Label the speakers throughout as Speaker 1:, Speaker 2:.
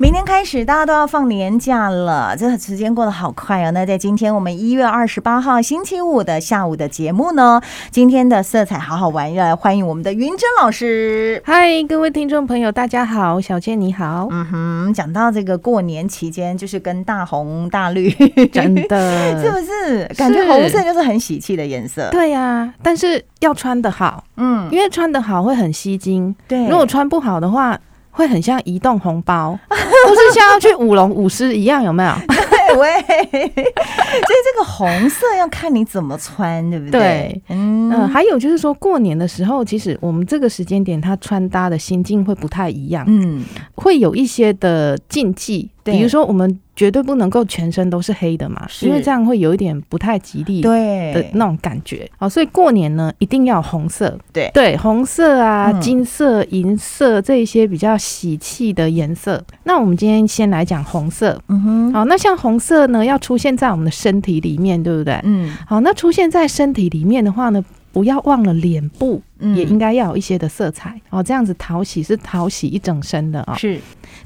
Speaker 1: 明天开始，大家都要放年假了，这时间过得好快哦。那在今天我们一月二十八号星期五的下午的节目呢，今天的色彩好好玩，要来欢迎我们的云珍老师。
Speaker 2: 嗨，各位听众朋友，大家好，小倩你好，
Speaker 1: 嗯哼，讲到这个过年期间，就是跟大红大绿，
Speaker 2: 真
Speaker 1: 是
Speaker 2: 的，
Speaker 1: 不是？感觉
Speaker 2: 是
Speaker 1: 红色就是很喜气的颜色。
Speaker 2: 对呀、但是要穿的好，
Speaker 1: 嗯，
Speaker 2: 因为穿的好会很吸睛，
Speaker 1: 对。
Speaker 2: 如果穿不好的话。会很像移动红包， 不是像要去舞龙舞狮一样，有没有？
Speaker 1: 对喂， 所以这个红色要看你怎么穿，对不对
Speaker 2: 对？
Speaker 1: 嗯
Speaker 2: 嗯，还有就是说，过年的时候，其实我们这个时间点，他穿搭的心境会不太一样，
Speaker 1: 嗯，
Speaker 2: 会有一些的禁忌，
Speaker 1: 对
Speaker 2: 比如说我们绝对不能够全身都是黑的嘛，
Speaker 1: 是
Speaker 2: 因为这样会有一点不太吉利。的
Speaker 1: 对，
Speaker 2: 那种感觉哦，所以过年呢一定要有红色，
Speaker 1: 对
Speaker 2: 对，红色啊、
Speaker 1: 嗯
Speaker 2: 金色、银色这一些比较喜气的颜色。那我们今天先来讲红色，
Speaker 1: 嗯哼，
Speaker 2: 好、那像红色呢要出现在我们的身体里面，对不对？
Speaker 1: 嗯
Speaker 2: 好，那出现在身体里面的话呢，不要忘了脸部
Speaker 1: 嗯，
Speaker 2: 也应该要有一些的色彩哦，这样子讨喜是讨喜一整身的啊、哦。
Speaker 1: 是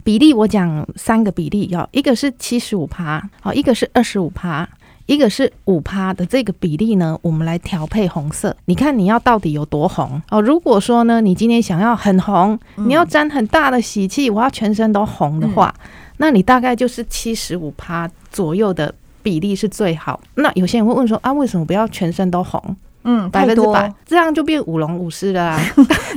Speaker 2: 比例我讲三个比例哦，一个是七十五趴，好，一个是二十五趴。一个是五趴的这个比例呢，我们来调配红色。你看你要到底有多红哦？如果说呢，你今天想要很红，你要沾很大的喜气，我要全身都红的话，那你大概就是七十五趴左右的比例是最好。那有些人会问说啊，为什么不要全身都红，
Speaker 1: 嗯
Speaker 2: 百
Speaker 1: 太
Speaker 2: 分之
Speaker 1: 多。
Speaker 2: 百？这样就变舞龙舞狮 了啊？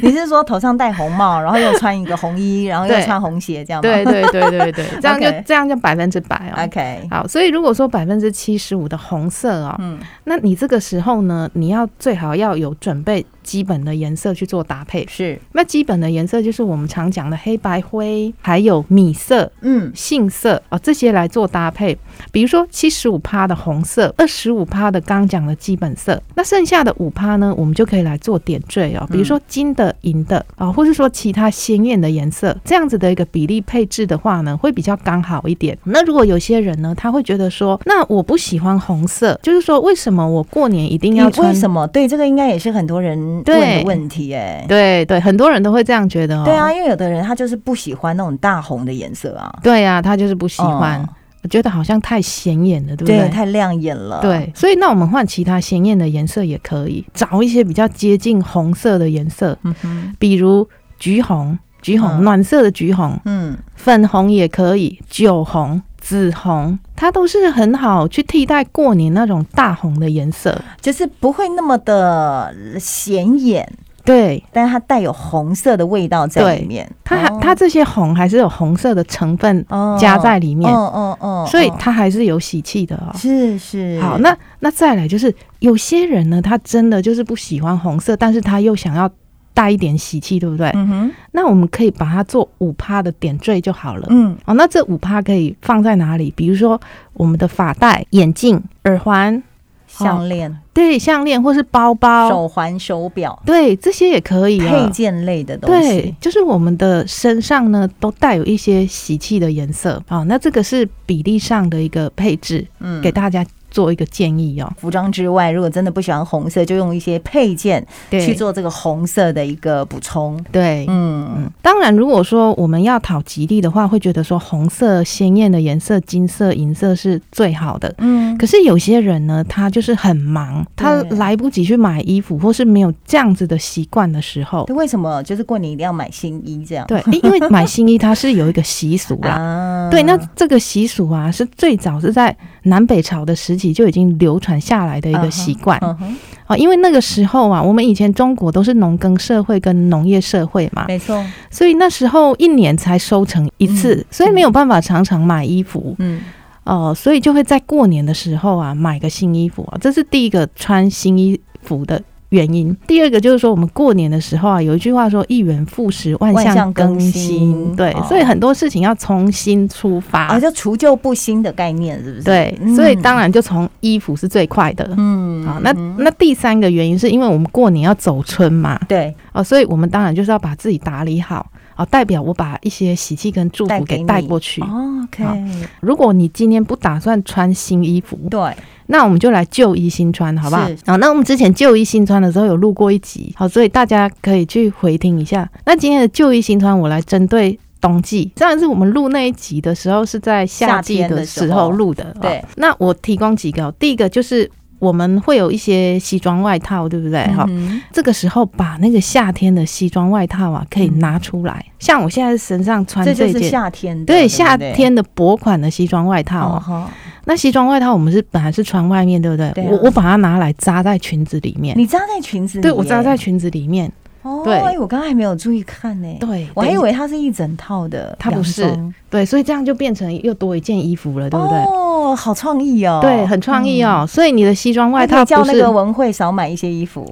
Speaker 1: 你是说头上戴红帽，然后又穿一个红衣，然后又
Speaker 2: 对
Speaker 1: 穿红鞋，这样吗？
Speaker 2: 对对对对对， 这样就
Speaker 1: OK
Speaker 2: 这样就百分之百哦。
Speaker 1: ，OK，
Speaker 2: 好，所以如果说百分之七十五的红色哦，
Speaker 1: 嗯
Speaker 2: 那你这个时候呢，你要最好要有准备基本的颜色去做搭配。
Speaker 1: 是，
Speaker 2: 那基本的颜色就是我们常讲的黑白灰，还有米色、
Speaker 1: 嗯
Speaker 2: 杏色哦这些来做搭配。比如说七十五趴的红色，二十五趴的刚讲的基本色，那剩下的五趴呢，我们就可以来做点缀
Speaker 1: 嗯
Speaker 2: 哦，比如说金的、银的啊、哦，或是说其他鲜艳的颜色，这样子的一个比例配置的话呢，会比较刚好一点。那如果有些人呢，他会觉得说，那我不喜欢红色，就是说为什么我过年一定
Speaker 1: 你
Speaker 2: 要穿？
Speaker 1: 为什么？对，这个应该也是很多人问的
Speaker 2: 对
Speaker 1: 问题，哎，
Speaker 2: 对对，很多人都会这样觉得哦。
Speaker 1: 对啊，因为有的人他就是不喜欢那种大红的颜色啊，
Speaker 2: 对啊，他就是不喜欢，
Speaker 1: 嗯
Speaker 2: 我觉得好像太显眼了，对不
Speaker 1: 对，太亮眼了，
Speaker 2: 对，所以那我们换其他鲜艳的颜色也可以，找一些比较接近红色的颜色，
Speaker 1: 嗯哼，
Speaker 2: 比如橘红、橘红、
Speaker 1: 嗯
Speaker 2: 暖色的橘红、
Speaker 1: 嗯
Speaker 2: 粉红也可以，酒红、紫红，它都是很好去替代过年那种大红的颜色。
Speaker 1: 就是不会那么的显眼，
Speaker 2: 对，
Speaker 1: 但是它带有红色的味道在里面，
Speaker 2: 它还、
Speaker 1: 哦
Speaker 2: 它这些红还是有红色的成分
Speaker 1: 哦
Speaker 2: 加在里面，
Speaker 1: 嗯嗯嗯，
Speaker 2: 所以
Speaker 1: 嗯
Speaker 2: 它还是有喜气的哦。
Speaker 1: 是是
Speaker 2: 好，那那再来就是有些人呢，他真的就是不喜欢红色，但是他又想要带一点喜气，对不对？
Speaker 1: 嗯哼
Speaker 2: 那我们可以把它做五趴的点缀就好了。
Speaker 1: 嗯
Speaker 2: 哦，那这五趴可以放在哪里？比如说我们的发带、眼镜、耳环、
Speaker 1: 项链、
Speaker 2: 对项链或是包包，
Speaker 1: 手环、手表、
Speaker 2: 对这些也可以、
Speaker 1: 配
Speaker 2: 哦。
Speaker 1: 件类的东
Speaker 2: 对
Speaker 1: 西，，
Speaker 2: 就是我们的身上呢，都带有一些喜气的颜色啊、哦。那这个是比例上的一个配置，
Speaker 1: 嗯
Speaker 2: 给大家做一个建议哦。
Speaker 1: 服装之外，如果真的不喜欢红色，就用一些配件
Speaker 2: 对，
Speaker 1: 去做这个红色的一个补充。
Speaker 2: 对，
Speaker 1: 嗯，
Speaker 2: 嗯，当然，如果说我们要讨吉利的话，会觉得说红色鲜艳的颜色、金色、银色是最好的。
Speaker 1: 嗯，
Speaker 2: 可是有些人呢，他就是很忙，他
Speaker 1: 对
Speaker 2: 来不及去买衣服，或是没有这样子的习惯的时候，
Speaker 1: 为什么就是过年一定要买新衣这样？
Speaker 2: 对，因因 为买新衣它是有一个习俗啦。
Speaker 1: 啊
Speaker 2: 对，那这个习俗啊，是最早是在南北朝的时期就已经流传下来的一
Speaker 1: 嗯哼
Speaker 2: 个习惯啊、
Speaker 1: 嗯哼，
Speaker 2: 哦因为那个时候啊，我们以前中国都是农耕社会跟农业社会嘛，
Speaker 1: 没错，
Speaker 2: 所以那时候一年才收成一次，
Speaker 1: 嗯
Speaker 2: 所以没有办法常常买衣服
Speaker 1: 嗯，
Speaker 2: 哦、所以就会在过年的时候啊买个新衣服啊，这是第一个穿新衣服的原因。第二个就是说，我们过年的时候啊，有一句话说“一元复始，万
Speaker 1: 万象
Speaker 2: 象
Speaker 1: 更
Speaker 2: 更
Speaker 1: 新
Speaker 2: 新”，对，
Speaker 1: 哦
Speaker 2: 所以很多事情要从新出发。
Speaker 1: 啊，就除旧布新的概念是不是？
Speaker 2: 对，
Speaker 1: 嗯
Speaker 2: 所以当，然就从衣服是最快的。哦
Speaker 1: 嗯
Speaker 2: 好，那那第三个原因是因为我们过年要走春嘛，
Speaker 1: 对，
Speaker 2: 哦，所以我们当然就是要把自己打理好哦，代表我把一些喜气跟祝
Speaker 1: 带
Speaker 2: 福
Speaker 1: 给
Speaker 2: 给
Speaker 1: 你
Speaker 2: 带过去。
Speaker 1: 哦，OK，
Speaker 2: 好如果你今天不打算穿新衣服，
Speaker 1: 对，
Speaker 2: 那我们就来旧衣新穿，好不好
Speaker 1: 是？
Speaker 2: 好、那我们之前旧衣新穿的时候有录过一集，好，所以大家可以去回听一下。那今天的旧衣新穿，我来针对。冬季。上一次我们录那一集的时候是在夏季
Speaker 1: 夏天的
Speaker 2: 的
Speaker 1: 时候
Speaker 2: 时候录的，
Speaker 1: 对
Speaker 2: 哦那我提供几个哦，第一个就是我们会有一些西装外套，对不对？哈、
Speaker 1: 嗯
Speaker 2: 这个时候把那个夏天的西装外套啊，可以拿出来。像我现在身上穿
Speaker 1: 这就
Speaker 2: 一
Speaker 1: 是
Speaker 2: 件，
Speaker 1: 夏天的，
Speaker 2: 对
Speaker 1: 对
Speaker 2: 夏
Speaker 1: 不对
Speaker 2: 天的薄款的西装外套、
Speaker 1: 哦
Speaker 2: 哦。
Speaker 1: 哈，
Speaker 2: 那西装外套我们是本来是穿外面，对不对？
Speaker 1: 对啊嗯
Speaker 2: 我我把它拿来扎在裙子里面，
Speaker 1: 你扎在裙子里耶，
Speaker 2: 对我扎在裙子里面，
Speaker 1: 哦，
Speaker 2: 对
Speaker 1: 哎我刚刚还没有注意看呢，
Speaker 2: 对，
Speaker 1: 我还
Speaker 2: 对
Speaker 1: 以为它是一整套的洋装，
Speaker 2: 它不是对，所以这样就变成又多一件衣服了，对不对？
Speaker 1: 哦，好创意哦，
Speaker 2: 对，很创意哦。所以你的西装
Speaker 1: 那
Speaker 2: 外
Speaker 1: 可
Speaker 2: 套
Speaker 1: 以叫
Speaker 2: 不
Speaker 1: 那
Speaker 2: 是啊
Speaker 1: 个文慧少买一些衣 服，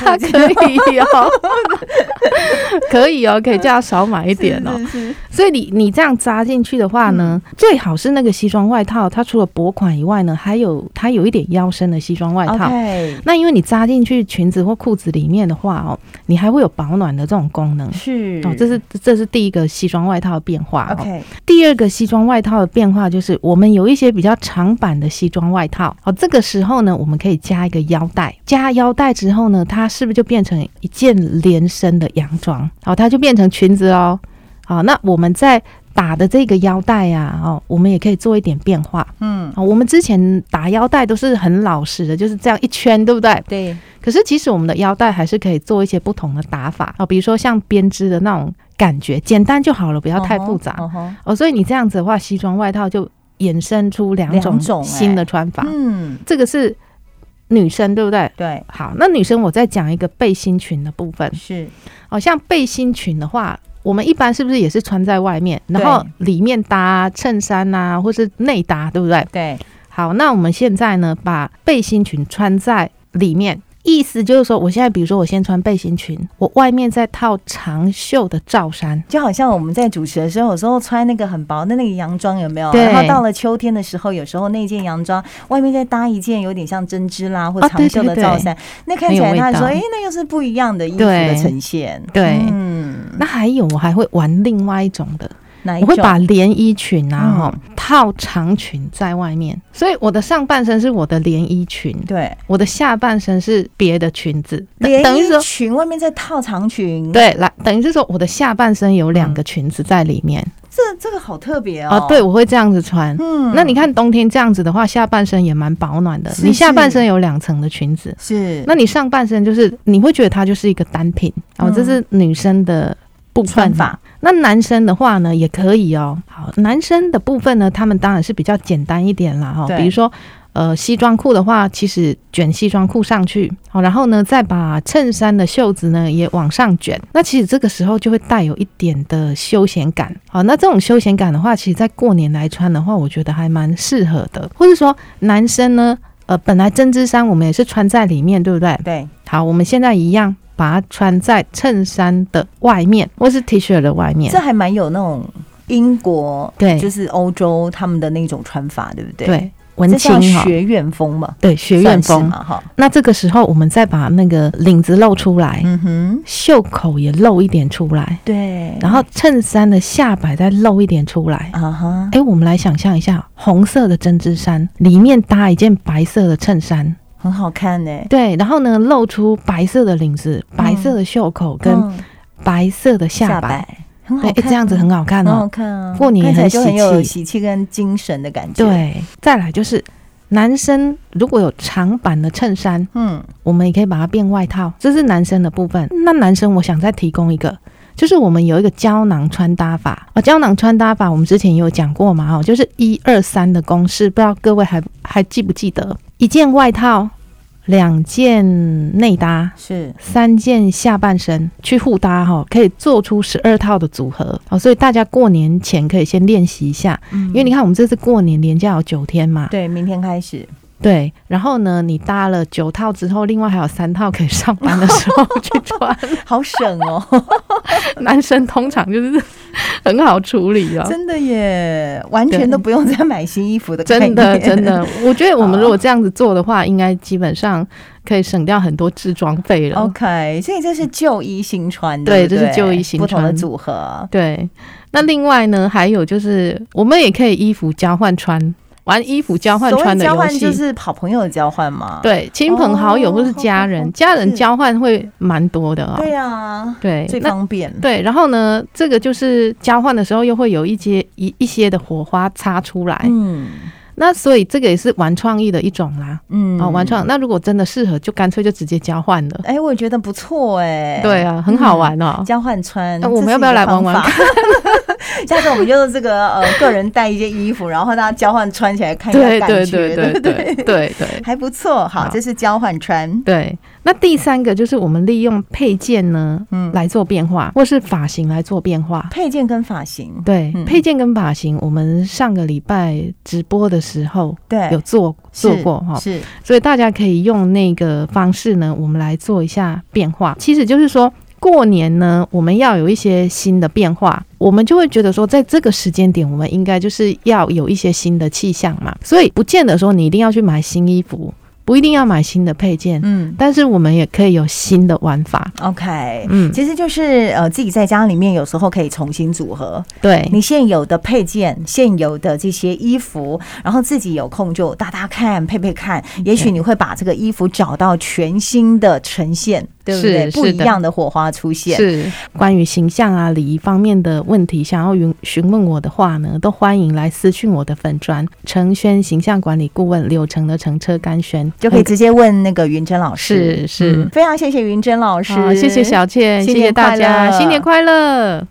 Speaker 2: 它 可 以哦，可以哦，可以叫他少买一点哦。
Speaker 1: 是嗯是是
Speaker 2: 所以你你这样扎进去的话呢，最好是那个西装外套，它除了薄款以外呢，还有它有一点腰身的西装外
Speaker 1: 哦
Speaker 2: 套。
Speaker 1: ，OK，
Speaker 2: 那因为你扎进去裙子或裤子里面的话哦，你还会有保暖的这种功能
Speaker 1: 是
Speaker 2: 哦。这是这是第一个西装外套的变化哦。
Speaker 1: 嗯 OK，
Speaker 2: 第二个西装外套的变化就是，我们有一些比较长版的西装外套哦，这个时候呢，我们可以加一个腰带，加腰带之后呢，它是不是就变成一件连身的洋装？哦，它就变成裙子哦。好、那我们在打的这个腰带呀、哦，我们也可以做一点变化。
Speaker 1: 嗯，
Speaker 2: 哦，我们之前打腰带都是很老实的，就是这样一圈，对不对？
Speaker 1: 对，
Speaker 2: 可是其实我们的腰带还是可以做一些不同的打法哦，比如说像编织的那种感觉，简单就好了，不要太复杂。
Speaker 1: 嗯哼
Speaker 2: 哦，所以你这样子的话，西装外套就衍生出两
Speaker 1: 两
Speaker 2: 种
Speaker 1: 种欸
Speaker 2: 新的穿法。
Speaker 1: 嗯，
Speaker 2: 这个是女生，对不对？
Speaker 1: 对，
Speaker 2: 好，那女生我再讲一个背心裙的部分。
Speaker 1: 是
Speaker 2: 哦，像背心裙的话，我们一般是不是也是穿在外面，然后里面搭衬衫呐、或是内搭，对不对？
Speaker 1: 对，
Speaker 2: 好，那我们现在呢，把背心裙穿在里面。意思就是说，我现在比如说我先穿背心裙，我外面再套长袖的罩衫，
Speaker 1: 就好像我们在主持的时候，有时候穿那个很薄的那个洋装，有没有？
Speaker 2: 对
Speaker 1: 然后到了秋天的时候，有时候那件洋装外面再搭一件有点像针织啦或
Speaker 2: 啊
Speaker 1: 长袖的罩衫，那看起来
Speaker 2: 很有味
Speaker 1: 他说，
Speaker 2: 道
Speaker 1: 哎、那又是不一样的衣服的呈现。
Speaker 2: 对对
Speaker 1: 嗯，
Speaker 2: 那还有，我还会玩另外一种的，
Speaker 1: 哪一
Speaker 2: 我
Speaker 1: 种？
Speaker 2: 会把连衣裙啊，
Speaker 1: 嗯
Speaker 2: 哈、套长裙在外面，所以我的上半身是我的连衣裙，
Speaker 1: 对
Speaker 2: 我的下半身是别的裙子，等
Speaker 1: 连
Speaker 2: 等于
Speaker 1: 衣
Speaker 2: 说，
Speaker 1: 裙外面再套长裙，，
Speaker 2: 对，来，等于是说我的下半身有两个裙子在里面
Speaker 1: 这这个好特别
Speaker 2: 啊、
Speaker 1: 嗯哦。
Speaker 2: 对，，我会这样子穿。
Speaker 1: 嗯
Speaker 2: 那你看冬天这样子的话，下半身也蛮保暖的。
Speaker 1: 是
Speaker 2: 你下半身有两层的裙子，
Speaker 1: 是
Speaker 2: 那你上半身就是你会觉得它就是一个单品哦，
Speaker 1: 嗯
Speaker 2: 这是女生的部分
Speaker 1: 穿法。
Speaker 2: 那男生的话呢，也可以哦。好，男生的部分呢，他们当然是比较简单一点啦哈、哦
Speaker 1: 对
Speaker 2: 比如说，呃，西装裤的话，其实卷西装裤上去，好，然后呢，再把衬衫的袖子呢也往上卷。那其实这个时候就会带有一点的休闲感。好，那这种休闲感的话，其实在过年来穿的话，我觉得还蛮适合的。或者说，男生呢，呃，本来针织衫我们也是穿在里面，对不对？
Speaker 1: 对
Speaker 2: 好，我们现在一样。把它穿在衬衫的外面，或是 T 恤的外面
Speaker 1: 这，还蛮有那种英国
Speaker 2: 对
Speaker 1: 就是欧洲他们的那种穿法，对不对？，
Speaker 2: 对，文
Speaker 1: 这
Speaker 2: 青
Speaker 1: 叫
Speaker 2: 哈，
Speaker 1: 学院风嘛，
Speaker 2: 对学
Speaker 1: 算
Speaker 2: 院
Speaker 1: 是
Speaker 2: 风。
Speaker 1: 嘛哈。
Speaker 2: 那这个时候，我们再把那个领子露出来，
Speaker 1: 嗯哼，
Speaker 2: 袖口也露一点出来，
Speaker 1: 对。
Speaker 2: 然后衬衫的下摆再露一点出来。
Speaker 1: 啊哈，
Speaker 2: 哎，我们来想象一下，红色的针织衫里面搭一件白色的衬衫，
Speaker 1: 很好看呢、
Speaker 2: 对，然后呢露出白色的领子、白色的袖口跟
Speaker 1: 嗯
Speaker 2: 白色的下摆，
Speaker 1: 很好
Speaker 2: 对，
Speaker 1: 看，
Speaker 2: 诶这样子很好看
Speaker 1: 很
Speaker 2: 哦
Speaker 1: 好。看啊，
Speaker 2: 过年也
Speaker 1: 看起来
Speaker 2: 很
Speaker 1: 就
Speaker 2: 喜
Speaker 1: 很有
Speaker 2: 气
Speaker 1: 喜气跟精神的感觉。，
Speaker 2: 对，再来就是男生如果有长版的衬衫，
Speaker 1: 嗯，
Speaker 2: 我们也可以把它变外套，这是男生的部分。那男生，我想再提供一个，就是我们有一个胶囊穿搭法哦，胶囊穿搭法我们之前也有讲过嘛，哦，就是一二三的公式，不知道各位还还记不记得？一件外套，两件内搭。
Speaker 1: 是
Speaker 2: 三件下半身去互搭哈、哦，可以做出十二套的组合哦，所以大家过年前可以先练习一下，因为你看我们这次过年连假有九天嘛，
Speaker 1: 嗯对，明天开始，
Speaker 2: 对，然后呢，你搭了九套之后，另外还有三套可以上班的时候去穿。
Speaker 1: 好省 哦，
Speaker 2: 男生通常就是很好处理哦。
Speaker 1: 真的耶，完全都不用再买新衣服的概
Speaker 2: 真
Speaker 1: 念，
Speaker 2: 的，真的，我觉得我们如果这样子做的话，应该基本上可以省掉很多置装费了。
Speaker 1: OK，所以这是旧衣新穿，
Speaker 2: 对
Speaker 1: 不
Speaker 2: 这是旧衣新
Speaker 1: 不同的
Speaker 2: 穿
Speaker 1: 组合。
Speaker 2: 对，那另外呢，还有就是我们也可以衣服交换穿。玩衣服交换
Speaker 1: 所谓
Speaker 2: 穿的
Speaker 1: 交
Speaker 2: 游
Speaker 1: 换
Speaker 2: 戏，
Speaker 1: 就是跑朋友交换嘛。
Speaker 2: 对亲朋好友或是家人，
Speaker 1: 哦
Speaker 2: 家人
Speaker 1: 是
Speaker 2: 交换会蛮多的啊、
Speaker 1: 对呀，
Speaker 2: 对，
Speaker 1: 最
Speaker 2: 那
Speaker 1: 方便。
Speaker 2: 对，然后呢，这个就是交换的时候又会有一些一一些的火花擦出来，
Speaker 1: 嗯
Speaker 2: 那所以这个也是玩创意的一种啦。
Speaker 1: 嗯
Speaker 2: 啊、玩创，那如果真的适合，就干脆就直接交换了。
Speaker 1: 哎，我觉得不错哎。
Speaker 2: 对啊，很好玩哦。
Speaker 1: 交换穿，
Speaker 2: 那我
Speaker 1: 这
Speaker 2: 们
Speaker 1: 是
Speaker 2: 要不要
Speaker 1: 一个
Speaker 2: 来玩
Speaker 1: 方
Speaker 2: 玩
Speaker 1: 法？ 下次我们就是这个呃，个人带一些衣服，然后大家交换穿起来看一下
Speaker 2: 对
Speaker 1: 感
Speaker 2: 对
Speaker 1: 觉，对
Speaker 2: 对对
Speaker 1: 不
Speaker 2: 对对对
Speaker 1: 还不错。好，
Speaker 2: 好
Speaker 1: 这是交换穿，
Speaker 2: 对。那第三个就是我们利用配件呢
Speaker 1: 嗯，
Speaker 2: 来做变化，或是发型来做变化。
Speaker 1: 配件跟发型，
Speaker 2: 对
Speaker 1: 嗯，
Speaker 2: 配件跟发型，我们上个礼拜直播的时候
Speaker 1: 对，
Speaker 2: 有做
Speaker 1: 是
Speaker 2: 做过哈，
Speaker 1: 是
Speaker 2: 所以大家可以用那个方式呢，我们来做一下变化。其实就是说。过年呢，我们要有一些新的变化，我们就会觉得说，在这个时间点，我们应该就是要有一些新的气象嘛。所以不见得说你一定要去买新衣服，不一定要买新的配件，
Speaker 1: 嗯
Speaker 2: 但是我们也可以有新的玩法。
Speaker 1: ，OK。
Speaker 2: 嗯，
Speaker 1: 其实就是呃，自己在家里面有时候可以重新组合
Speaker 2: 对，
Speaker 1: 你现有的配件、现有的这些衣服，然后自己有空就搭搭看、配配看，也许
Speaker 2: 对
Speaker 1: 你会把这个衣服找到全新的呈现，对不
Speaker 2: 是
Speaker 1: 对？
Speaker 2: 是
Speaker 1: 不一
Speaker 2: 的
Speaker 1: 样的火花出现。
Speaker 2: 是关于形象啊、礼仪方面的问题，想要询询问我的话呢，都欢迎来私讯我的粉砖程轩形象管理顾问柳橙的乘车甘轩
Speaker 1: 就可以
Speaker 2: 嗯
Speaker 1: 直接问那个云珍老师。嗯
Speaker 2: 是是
Speaker 1: 嗯非常谢谢云珍老师，
Speaker 2: 好，谢谢小倩，
Speaker 1: 新
Speaker 2: 谢
Speaker 1: 年
Speaker 2: 谢大
Speaker 1: 快
Speaker 2: 家，
Speaker 1: 乐
Speaker 2: 新年快乐！